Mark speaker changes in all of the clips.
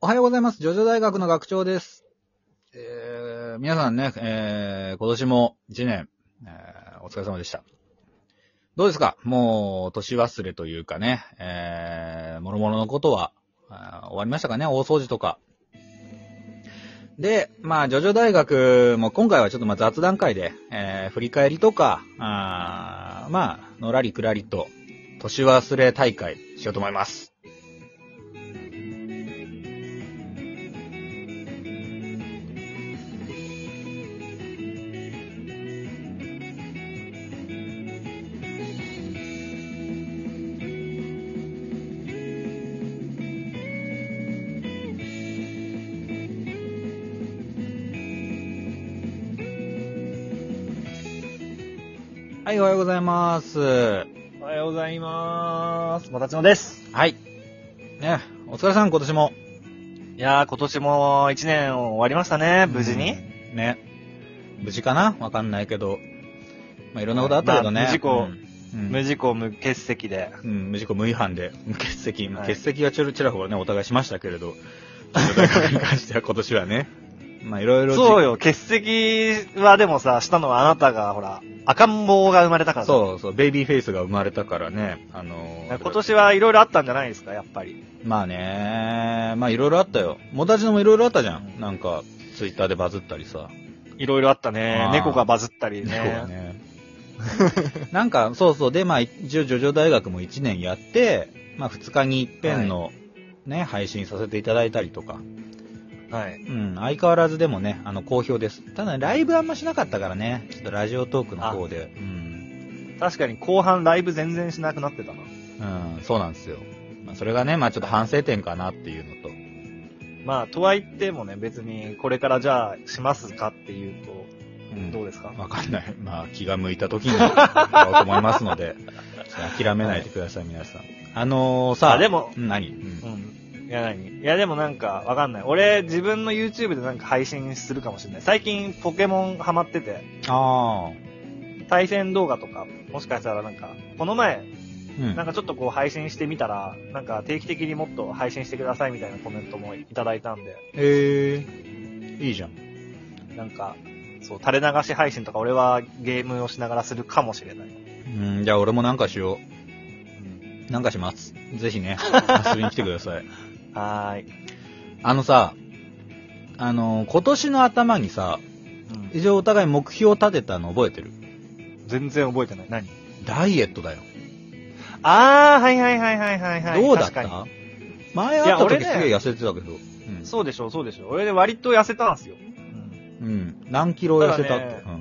Speaker 1: おはようございます。ジョジョ大学の学長です。えー、皆さんね、えー、今年も1年、えー、お疲れ様でした。どうですかもう、年忘れというかね、えー、諸々のことは、あー終わりましたかね大掃除とか。で、まあ、ジョジョ大学も今回はちょっとまあ雑談会で、えー、振り返りとか、あーまあ、のらりくらりと、年忘れ大会しようと思います。はい、おはようございます。は
Speaker 2: おはようございます。またちのです。
Speaker 1: い。ね、お疲れさん、今年も。
Speaker 2: いやー、今年も一年終わりましたね、無事に。
Speaker 1: ね。無事かなわかんないけど。まあ、いろんなことあったけどね。
Speaker 2: まあ無事故
Speaker 1: うん、うん
Speaker 2: 無事故無欠席で。
Speaker 1: うん無事故無違反で、無欠席、
Speaker 2: はい
Speaker 1: 欠席はちょろちらほらね、お互いしましたけれど、大学に関しては今年はね、まあいろいろ。
Speaker 2: そうよ、欠席はでもさ、したのはあなたが、ほら、赤ん坊が生まれたからさ
Speaker 1: そうそう、ベイビーフェイスが生まれたからね、あのー
Speaker 2: 今年はいろいろあったんじゃないですか、やっぱり。
Speaker 1: まあね、まあいろいろあったよ。もたちのもいろいろあったじゃん。なんか、ツイッターでバズったりさ。
Speaker 2: いろいろあったね
Speaker 1: あ。ー
Speaker 2: 猫がバズったり
Speaker 1: そうだ
Speaker 2: ね。
Speaker 1: ね。 なんか、そうそう。で、まあ、一応、ジョジョ大学も1年やって、まあ、2日に一遍の、ね、配信させていただいたりとか。
Speaker 2: はい。
Speaker 1: うん、相変わらずでもね、あの、好評です。ただ、ライブあんましなかったからね、ちょっとラジオトークの方で。うん。
Speaker 2: 確かに後半ライブ全然しなくなってたな。
Speaker 1: うん、そうなんですよ。まあ、それがね、まあ、ちょっと反省点かなっていうのと。
Speaker 2: まあ、とはいってもね、別にこれからじゃあしますかっていうと、
Speaker 1: うん
Speaker 2: どうですか、
Speaker 1: わかんない。まあ、気が向いた時に、 やろうと思いますので、ちょっと諦めないでください、皆さん。あのーさ
Speaker 2: あでも
Speaker 1: うん何、うん
Speaker 2: うん。いや何いやでもなんか、わかんない。俺、自分の YouTube でなんか配信するかもしれない。最近ポケモンハマってて、
Speaker 1: ああ。
Speaker 2: 対戦動画とか、もしかしたらなんか、この前、
Speaker 1: うん
Speaker 2: なんかちょっとこう配信してみたら、なんか定期的にもっと配信してくださいみたいなコメントもいただいたんで、
Speaker 1: ええいいじゃん。
Speaker 2: なんか、そう、垂れ流し配信とか俺はゲームをしながらするかもしれない。
Speaker 1: うん、じゃあ俺もなんかしよ
Speaker 2: うん
Speaker 1: う。なんかします。ぜ ひね、遊びに来てください。
Speaker 2: はーい。
Speaker 1: あのさ、あのー、今年の頭にさ、一応お互い目標を立てたの覚えてる
Speaker 2: 全然覚えてない。何
Speaker 1: ダイエットだよ。
Speaker 2: あー、はいはいはいはいはいはい。
Speaker 1: どうだっ
Speaker 2: 確か
Speaker 1: た前会った
Speaker 2: いや俺
Speaker 1: 時
Speaker 2: ね
Speaker 1: すげえ痩せてたけど。
Speaker 2: にそうでしょう、そうでしょう。俺で割と痩せたんですよ。うん
Speaker 1: うん。うん。何キロ痩せたって。
Speaker 2: ただ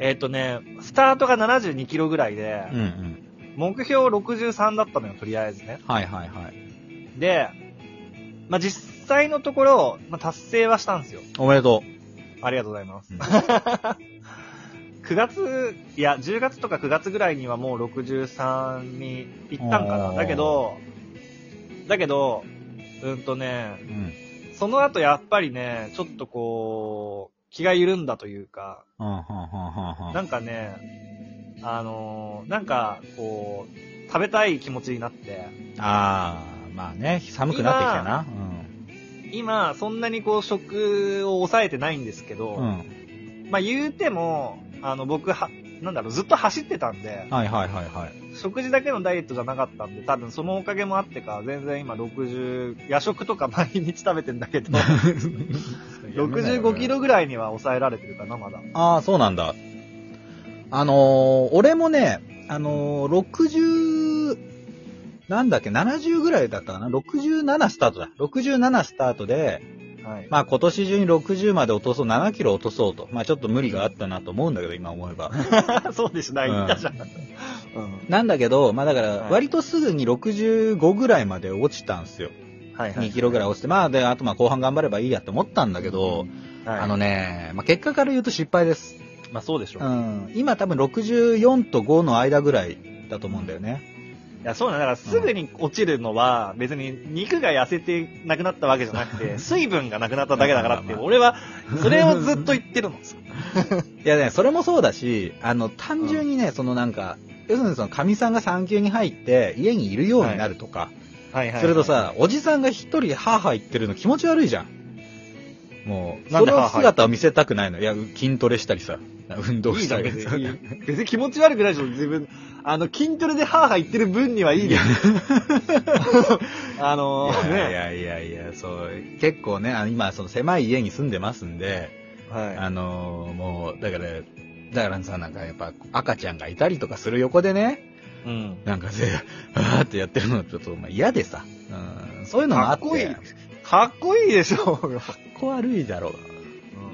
Speaker 2: えっ、とね、スタートが72キロぐらいで、
Speaker 1: うん。うんうん。
Speaker 2: 目標63だったのよ、とりあえずね。
Speaker 1: はいはいはい。
Speaker 2: で、まあ、実際のところ、まあ、達成はしたんですよ。
Speaker 1: おめでと
Speaker 2: ありがとうございます。
Speaker 1: う ん
Speaker 2: 9月、いや、10月とか9月ぐらいにはもう63に行ったんか
Speaker 1: お
Speaker 2: な。
Speaker 1: ー
Speaker 2: だけど、だけど、うんと
Speaker 1: う。
Speaker 2: ね、
Speaker 1: うん。
Speaker 2: その後やっぱりね、ちょっとこう、気が緩んだというか、
Speaker 1: うん、はんはんはんはん。
Speaker 2: なんかね、あのーなんか、こう、食べたい気持ちになって、
Speaker 1: あー、まあね、寒くなってきたな。
Speaker 2: 今、そんなにこう、食を抑えてないんですけ
Speaker 1: う
Speaker 2: ど、
Speaker 1: ん。うん。
Speaker 2: まあ言うても、あの、僕は、なんだろう、ずっと走ってたんで、
Speaker 1: はいはいはいはい。
Speaker 2: 食事だけのダイエットじゃなかったんで、多分そのおかげもあってか、全然今60、夜食とか毎日食べてんだけ ど、65キロぐらいには抑えられてるかな、まだ。
Speaker 1: ああ、そうなんだ。あのー俺もね、あのー60、なんだっけ、70ぐらいだったかな ?67 スタートだ。67スタートで、
Speaker 2: はい。
Speaker 1: まあ今年中に60まで落とそう、7キロ落とそうと。まあちょっと無理があったなと思うんだけど、今思え ば。
Speaker 2: そうでしない、
Speaker 1: うん
Speaker 2: 言ったじゃん。うん。
Speaker 1: なんだけど、まあだから、
Speaker 2: はい
Speaker 1: 割とすぐに65ぐらいまで落ちたんですよ。
Speaker 2: はい、はい。
Speaker 1: 2キロぐらい落ちて、まあで、あとまあ後半頑張ればいいやって思ったんだけど、
Speaker 2: はい、
Speaker 1: あのね、まあ結果から言うと失敗です。
Speaker 2: まあそうでしょう。
Speaker 1: うん、今多分64と5の間ぐらいだと思うんだよ ね。
Speaker 2: いや、そうなんだ。から、すぐに落ちるのは、別に肉が痩せてなくなったわけじゃなくて、水分がなくなっただけだからって、
Speaker 1: まあまあまあ
Speaker 2: 俺は、それをずっと言ってるの。
Speaker 1: いやね、それもそうだし、あの、単純にね、そのなんか、要するにその、かみさんが産休に入って、家にいるようになるとか、
Speaker 2: はいはい。
Speaker 1: それと、さ、おじさんが一人ハーハー言ってるの気持ち悪いじゃん。もう、
Speaker 2: なん
Speaker 1: そ
Speaker 2: で
Speaker 1: の
Speaker 2: ハーハー言って
Speaker 1: 姿を見せたくないの。いや、筋トレしたりさ、運動
Speaker 2: いい
Speaker 1: し
Speaker 2: じ
Speaker 1: た
Speaker 2: ゃん、
Speaker 1: り
Speaker 2: 別
Speaker 1: さ。
Speaker 2: に。別に気持ち悪くないでしょ、自分。あの、筋トレでハーハー言ってる分にはいいです。 あの
Speaker 1: いやい
Speaker 2: ね。
Speaker 1: やいやいや、そう、結構ね、あの今、その狭い家に住んでますんで、
Speaker 2: は
Speaker 1: あのーもう、だから、だからさ、なんかやっぱ赤ちゃんがいたりとかする横でね、
Speaker 2: い。うん。
Speaker 1: なんかぜ、あーってやってるのちょっとまあ嫌でさ、うん、そういうのもあって。
Speaker 2: かっこいいかっこいいでしょ。
Speaker 1: こ悪いだろう。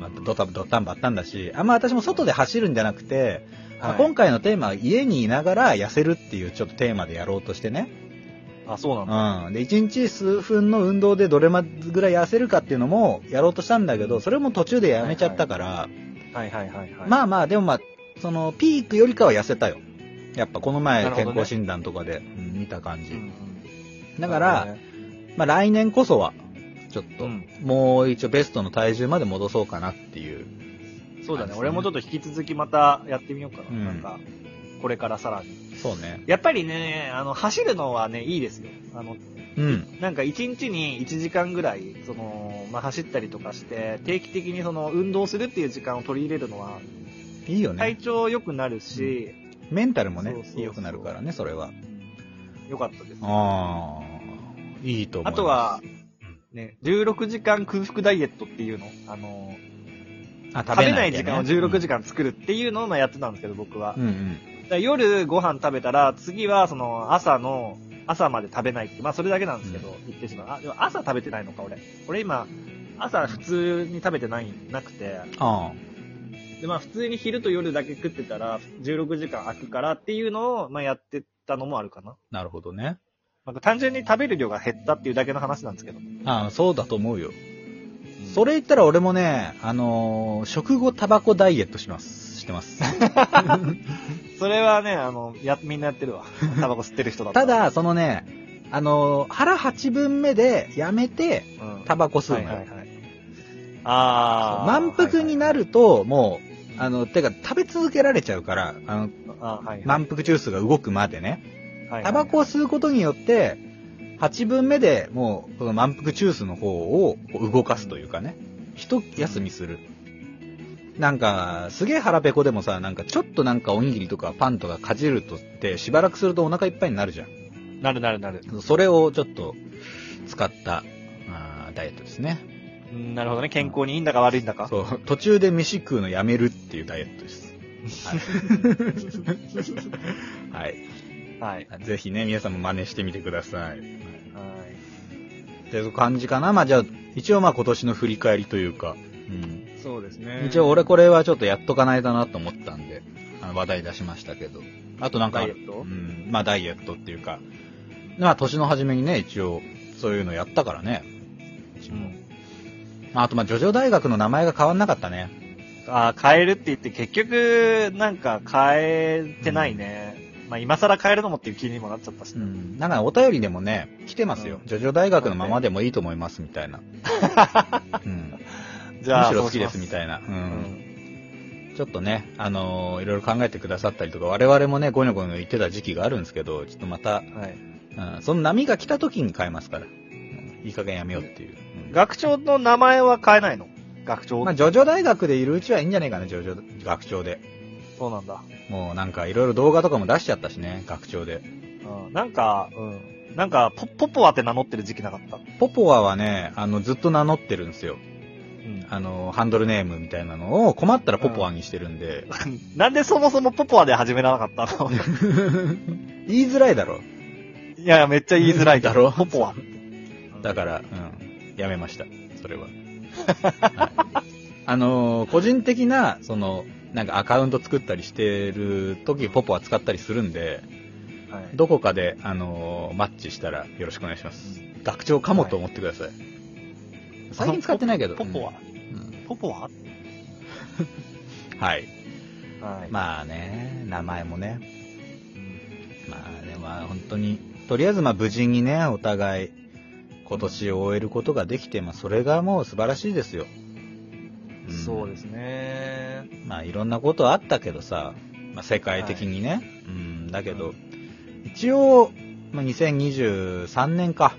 Speaker 1: まあ、ドタドタンバッタンだし、あんま私も外で走るんじゃなくて、まあ
Speaker 2: はい
Speaker 1: 今回のテーマは家にいながら痩せるっていうちょっとテーマでやろうとしてね。
Speaker 2: あ、そうなんだ。
Speaker 1: うん。で、1日数分の運動でどれまぐらい痩せるかっていうのもやろうとしたんだけど、それも途中でやめちゃったから、
Speaker 2: はいはいはいはい。
Speaker 1: まあまあ、でもまあ、そのピークよりかは痩せたよ。やっぱこの前
Speaker 2: なるほど
Speaker 1: 健
Speaker 2: ね
Speaker 1: 康診断とかで、うん見た感
Speaker 2: うんう
Speaker 1: じ。
Speaker 2: ん、
Speaker 1: だから、まあ来年こそは、ちょっと、
Speaker 2: うん
Speaker 1: もう一応ベストの体重まで戻そうかなっていう。
Speaker 2: そうだ
Speaker 1: あれです
Speaker 2: ね。
Speaker 1: ね
Speaker 2: 俺もちょっと引き続きまたやってみようかな。
Speaker 1: うん
Speaker 2: なんか、これからさらに。
Speaker 1: そうね。
Speaker 2: やっぱりね、あの、走るのはね、いいですよ。あの、
Speaker 1: うん。
Speaker 2: なんか一日に1時間ぐらい、その、まあ、走ったりとかして、定期的にその、運動するっていう時間を取り入れるのは、
Speaker 1: いいよね
Speaker 2: 体。調良くなるし、
Speaker 1: メンタルもね
Speaker 2: そうそう、そう
Speaker 1: 良くなるからね、それは。
Speaker 2: 良かったです。
Speaker 1: ああ、いいと思い
Speaker 2: あ
Speaker 1: ます。
Speaker 2: とは、ね、16時間空腹ダイエットっていうの、あの、
Speaker 1: あ、
Speaker 2: 食べない時間を16時
Speaker 1: 間。
Speaker 2: 間作るっていうのをまあやってたんですけど、僕は。
Speaker 1: うんうん。
Speaker 2: だから夜ご飯食べたら、次はその朝の、朝まで食べないって、まあそれだけなんですけど、言ってしまう。あ、でも朝食べてないのか、俺。俺今、朝普通に食べてない、なくて。
Speaker 1: あ
Speaker 2: で、まあ普通に昼と夜だけ食ってたら、16時間空くからっていうのを、まあやってたのもあるかな。
Speaker 1: あ、なるほどね。
Speaker 2: なんか単純に食べる量が減ったっていうだけの話なんですけど。
Speaker 1: ああ、そうだと思うよ。それ言ったら俺もね、あのー食後タバコダイエットします。して ます。
Speaker 2: それはね、あの、や、みんなやって るわ。タバコ吸ってる人だっ
Speaker 1: た
Speaker 2: たら、
Speaker 1: だ、そのね、あのー腹八分目でやめて、
Speaker 2: うん、
Speaker 1: タバコ吸う
Speaker 2: はい
Speaker 1: の
Speaker 2: は
Speaker 1: よ
Speaker 2: い。はい。ああ。
Speaker 1: 満腹になると、もう、あの、てか、食べ続けられちゃうから、あの、
Speaker 2: あはいはい、
Speaker 1: 満腹ジュースが動くまでね。
Speaker 2: はいはい
Speaker 1: タバコを吸うことによって、八分目でもう、この満腹ジュースの方をこう動かすというかね。一休みする。なんか、すげえ腹ペコでもさ、なんかちょっとなんかおにぎりとかパンとかかじるとって、しばらくするとお腹いっぱいになるじゃん。
Speaker 2: なるなるなる。
Speaker 1: それをちょっと使ったあーダイエットですね。
Speaker 2: うん、なるほどね。健康にいいんだか悪いんだか。
Speaker 1: そう、途中で飯食うのやめるっていうダイエットです。 はい。
Speaker 2: はい。
Speaker 1: はいぜひね、皆さんも真似してみてください。はい
Speaker 2: はい。
Speaker 1: っていう感じかな。まあじゃあ、一応まあ今年の振り返りというか、うん。
Speaker 2: そうですね
Speaker 1: 一応俺これはちょっとやっとかないだなと思ったんで、あの話題出しましたけど。あとなんか、
Speaker 2: ダイエット
Speaker 1: うん、まあダイエットっていうか、まあ年の初めにね、一応そういうのやったからね。うち
Speaker 2: う
Speaker 1: も。
Speaker 2: ん。
Speaker 1: まああとまあジョジョ大学の名前が変わんなかったね。
Speaker 2: あー変えるって言って結局、なんか変えてないね。まあ今更変えるのもっていう気にもなっちゃったし。
Speaker 1: うん。なんかお便りでもね、来てますよ。ジョジョ大学のままでもいいと思います、みた いな。うん。
Speaker 2: じ
Speaker 1: む
Speaker 2: ゃあ、
Speaker 1: しろ好きです、み
Speaker 2: い
Speaker 1: たいな。う。
Speaker 2: な。うんん。
Speaker 1: ちょっとね、あのーいろいろ考えてくださったりとか、我々もね、ゴニョゴニョ言ってた時期があるんですけど、ちょっとまた、
Speaker 2: はい。
Speaker 1: うん、その波が来た時に変えますから。うんいい加減やめようっていう。うん
Speaker 2: 学長の名前は変えないの学長、
Speaker 1: まあ、ジョジョ大学でいるうちはいいんじゃないかな、ジョジョ、学長で。
Speaker 2: そうなんだ。
Speaker 1: もうなんかいろいろ動画とかも出しちゃったしね、学長で。
Speaker 2: うん。なんか、うん。なんか、ポポポアって名乗ってる時期なかった。
Speaker 1: ポポアはね、あの、ずっと名乗ってるんですよ。
Speaker 2: うん。
Speaker 1: あの、ハンドルネームみたいなのを困ったらポポアにしてるんで、
Speaker 2: なんでそもそもポポアで始めなかったの
Speaker 1: 言いづらいだろ。
Speaker 2: いやいや、めっちゃ言いづ らいけど
Speaker 1: だろ
Speaker 2: ポポア。
Speaker 1: だから、うん、やめました。それは。はいあのー個人的な、その、なんかアカウント作ったりしてる時、ポポは使ったりするんで、
Speaker 2: ら、はい、
Speaker 1: どこかで、あのーマッチしたらよろしくお願いします。学長かもと思ってください。最近使ってないけど。
Speaker 2: ポポア、
Speaker 1: うん
Speaker 2: ポポア
Speaker 1: はい。
Speaker 2: はい。
Speaker 1: まあね、名前もね。まあね、まあ本当に、とりあえずまあ無事にね、お互い、今年を終えることができて、まあそれがもう素晴らしいですよ。ん
Speaker 2: そうですね。
Speaker 1: まあいろんなことあったけどさ、まあ世界的にね。うん、だけど、一応、まあ、2023年か。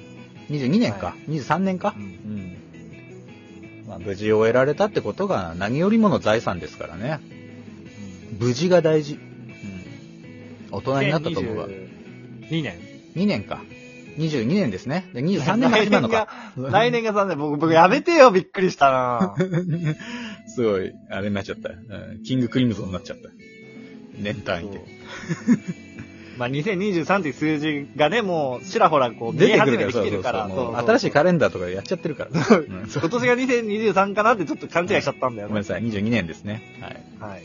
Speaker 1: 22年か。
Speaker 2: は
Speaker 1: 23年か
Speaker 2: う。ん
Speaker 1: うん。まあ、無事終えられたってことが何よりもの財産ですからね。無事が大事。うん。大人になったと思うわ。
Speaker 2: 2022年。
Speaker 1: 2年か。22年ですね。で、23年が始まるのか。
Speaker 2: 来年が3年、僕、僕やめてよ、びっくりしたな
Speaker 1: すごい、あれになっちゃった。うんキングクリムゾンになっちゃった。年単位で。
Speaker 2: まあ、2023っていう数字がね、もう、ちらほらこう、見
Speaker 1: 出
Speaker 2: え
Speaker 1: てく
Speaker 2: 始
Speaker 1: るか
Speaker 2: め
Speaker 1: ら、
Speaker 2: てき
Speaker 1: そう
Speaker 2: て
Speaker 1: そう
Speaker 2: る
Speaker 1: そ
Speaker 2: か
Speaker 1: う。
Speaker 2: ら、
Speaker 1: もう新しい
Speaker 2: か
Speaker 1: カレンダーとかやっちゃってるから。うんそう
Speaker 2: 今年が2023かなってちょっと勘違いしちゃったんだ
Speaker 1: ごめ
Speaker 2: よ
Speaker 1: んな
Speaker 2: ね。
Speaker 1: さい、22年ですね。はい。
Speaker 2: はい。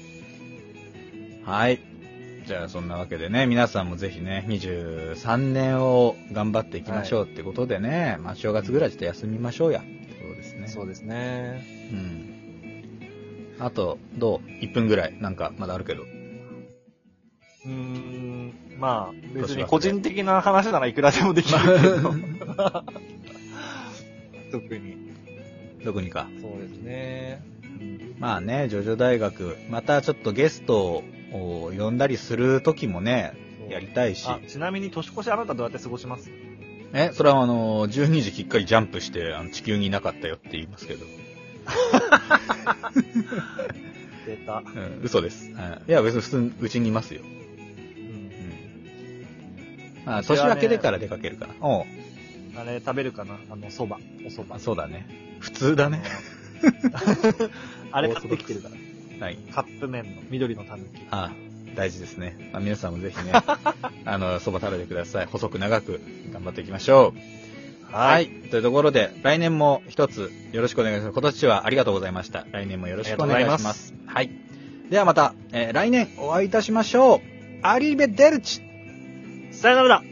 Speaker 1: はい。じゃあ、そんなわけでね、皆さんもぜひね、23年を頑張っていきましょうってことでね、まあ、正月ぐらいちょっと休みましょうや。そうですね。
Speaker 2: そうですね。
Speaker 1: うん。あと、どう ?1 分ぐらい。なんか、まだあるけど。
Speaker 2: うーん、まあ、別に個人的な話ならいくらでもできるけど。 特に。
Speaker 1: 特にか。
Speaker 2: そうですね。うん
Speaker 1: まあね、ジョジョ大学、またちょっとゲストを呼んだりする時もね、
Speaker 2: そう
Speaker 1: やりたいし。
Speaker 2: あ、ちなみに年越しあなたどうやって過ごします
Speaker 1: え、それはあの、12時きっかりジャンプして、あの地球にいなかったよって言いますけど。
Speaker 2: データ。
Speaker 1: うん、嘘です。うんいや、別に普通に、うちにいますよ。
Speaker 2: うん
Speaker 1: うん。まあ、年明けでから出かけるかな。おう
Speaker 2: あれ食べるかなあの、蕎麦。お蕎
Speaker 1: あ
Speaker 2: 麦。
Speaker 1: そうだね。普通だ ね。。
Speaker 2: あれ買ってきてるから。
Speaker 1: はい。
Speaker 2: カップ麺の緑のたぬき。
Speaker 1: ああ大事ですね。まあ、皆さんもぜ ひね、あの、そば食べてください。細く長く頑張っていきましょう。はい。。というところで、来年も一つよろしくお願いします。今年はありがとうございました。来年もよろしくお願いします。はい。ではまた、えー来年お会いいたしましょう。アリーベデルチ
Speaker 2: さよならだ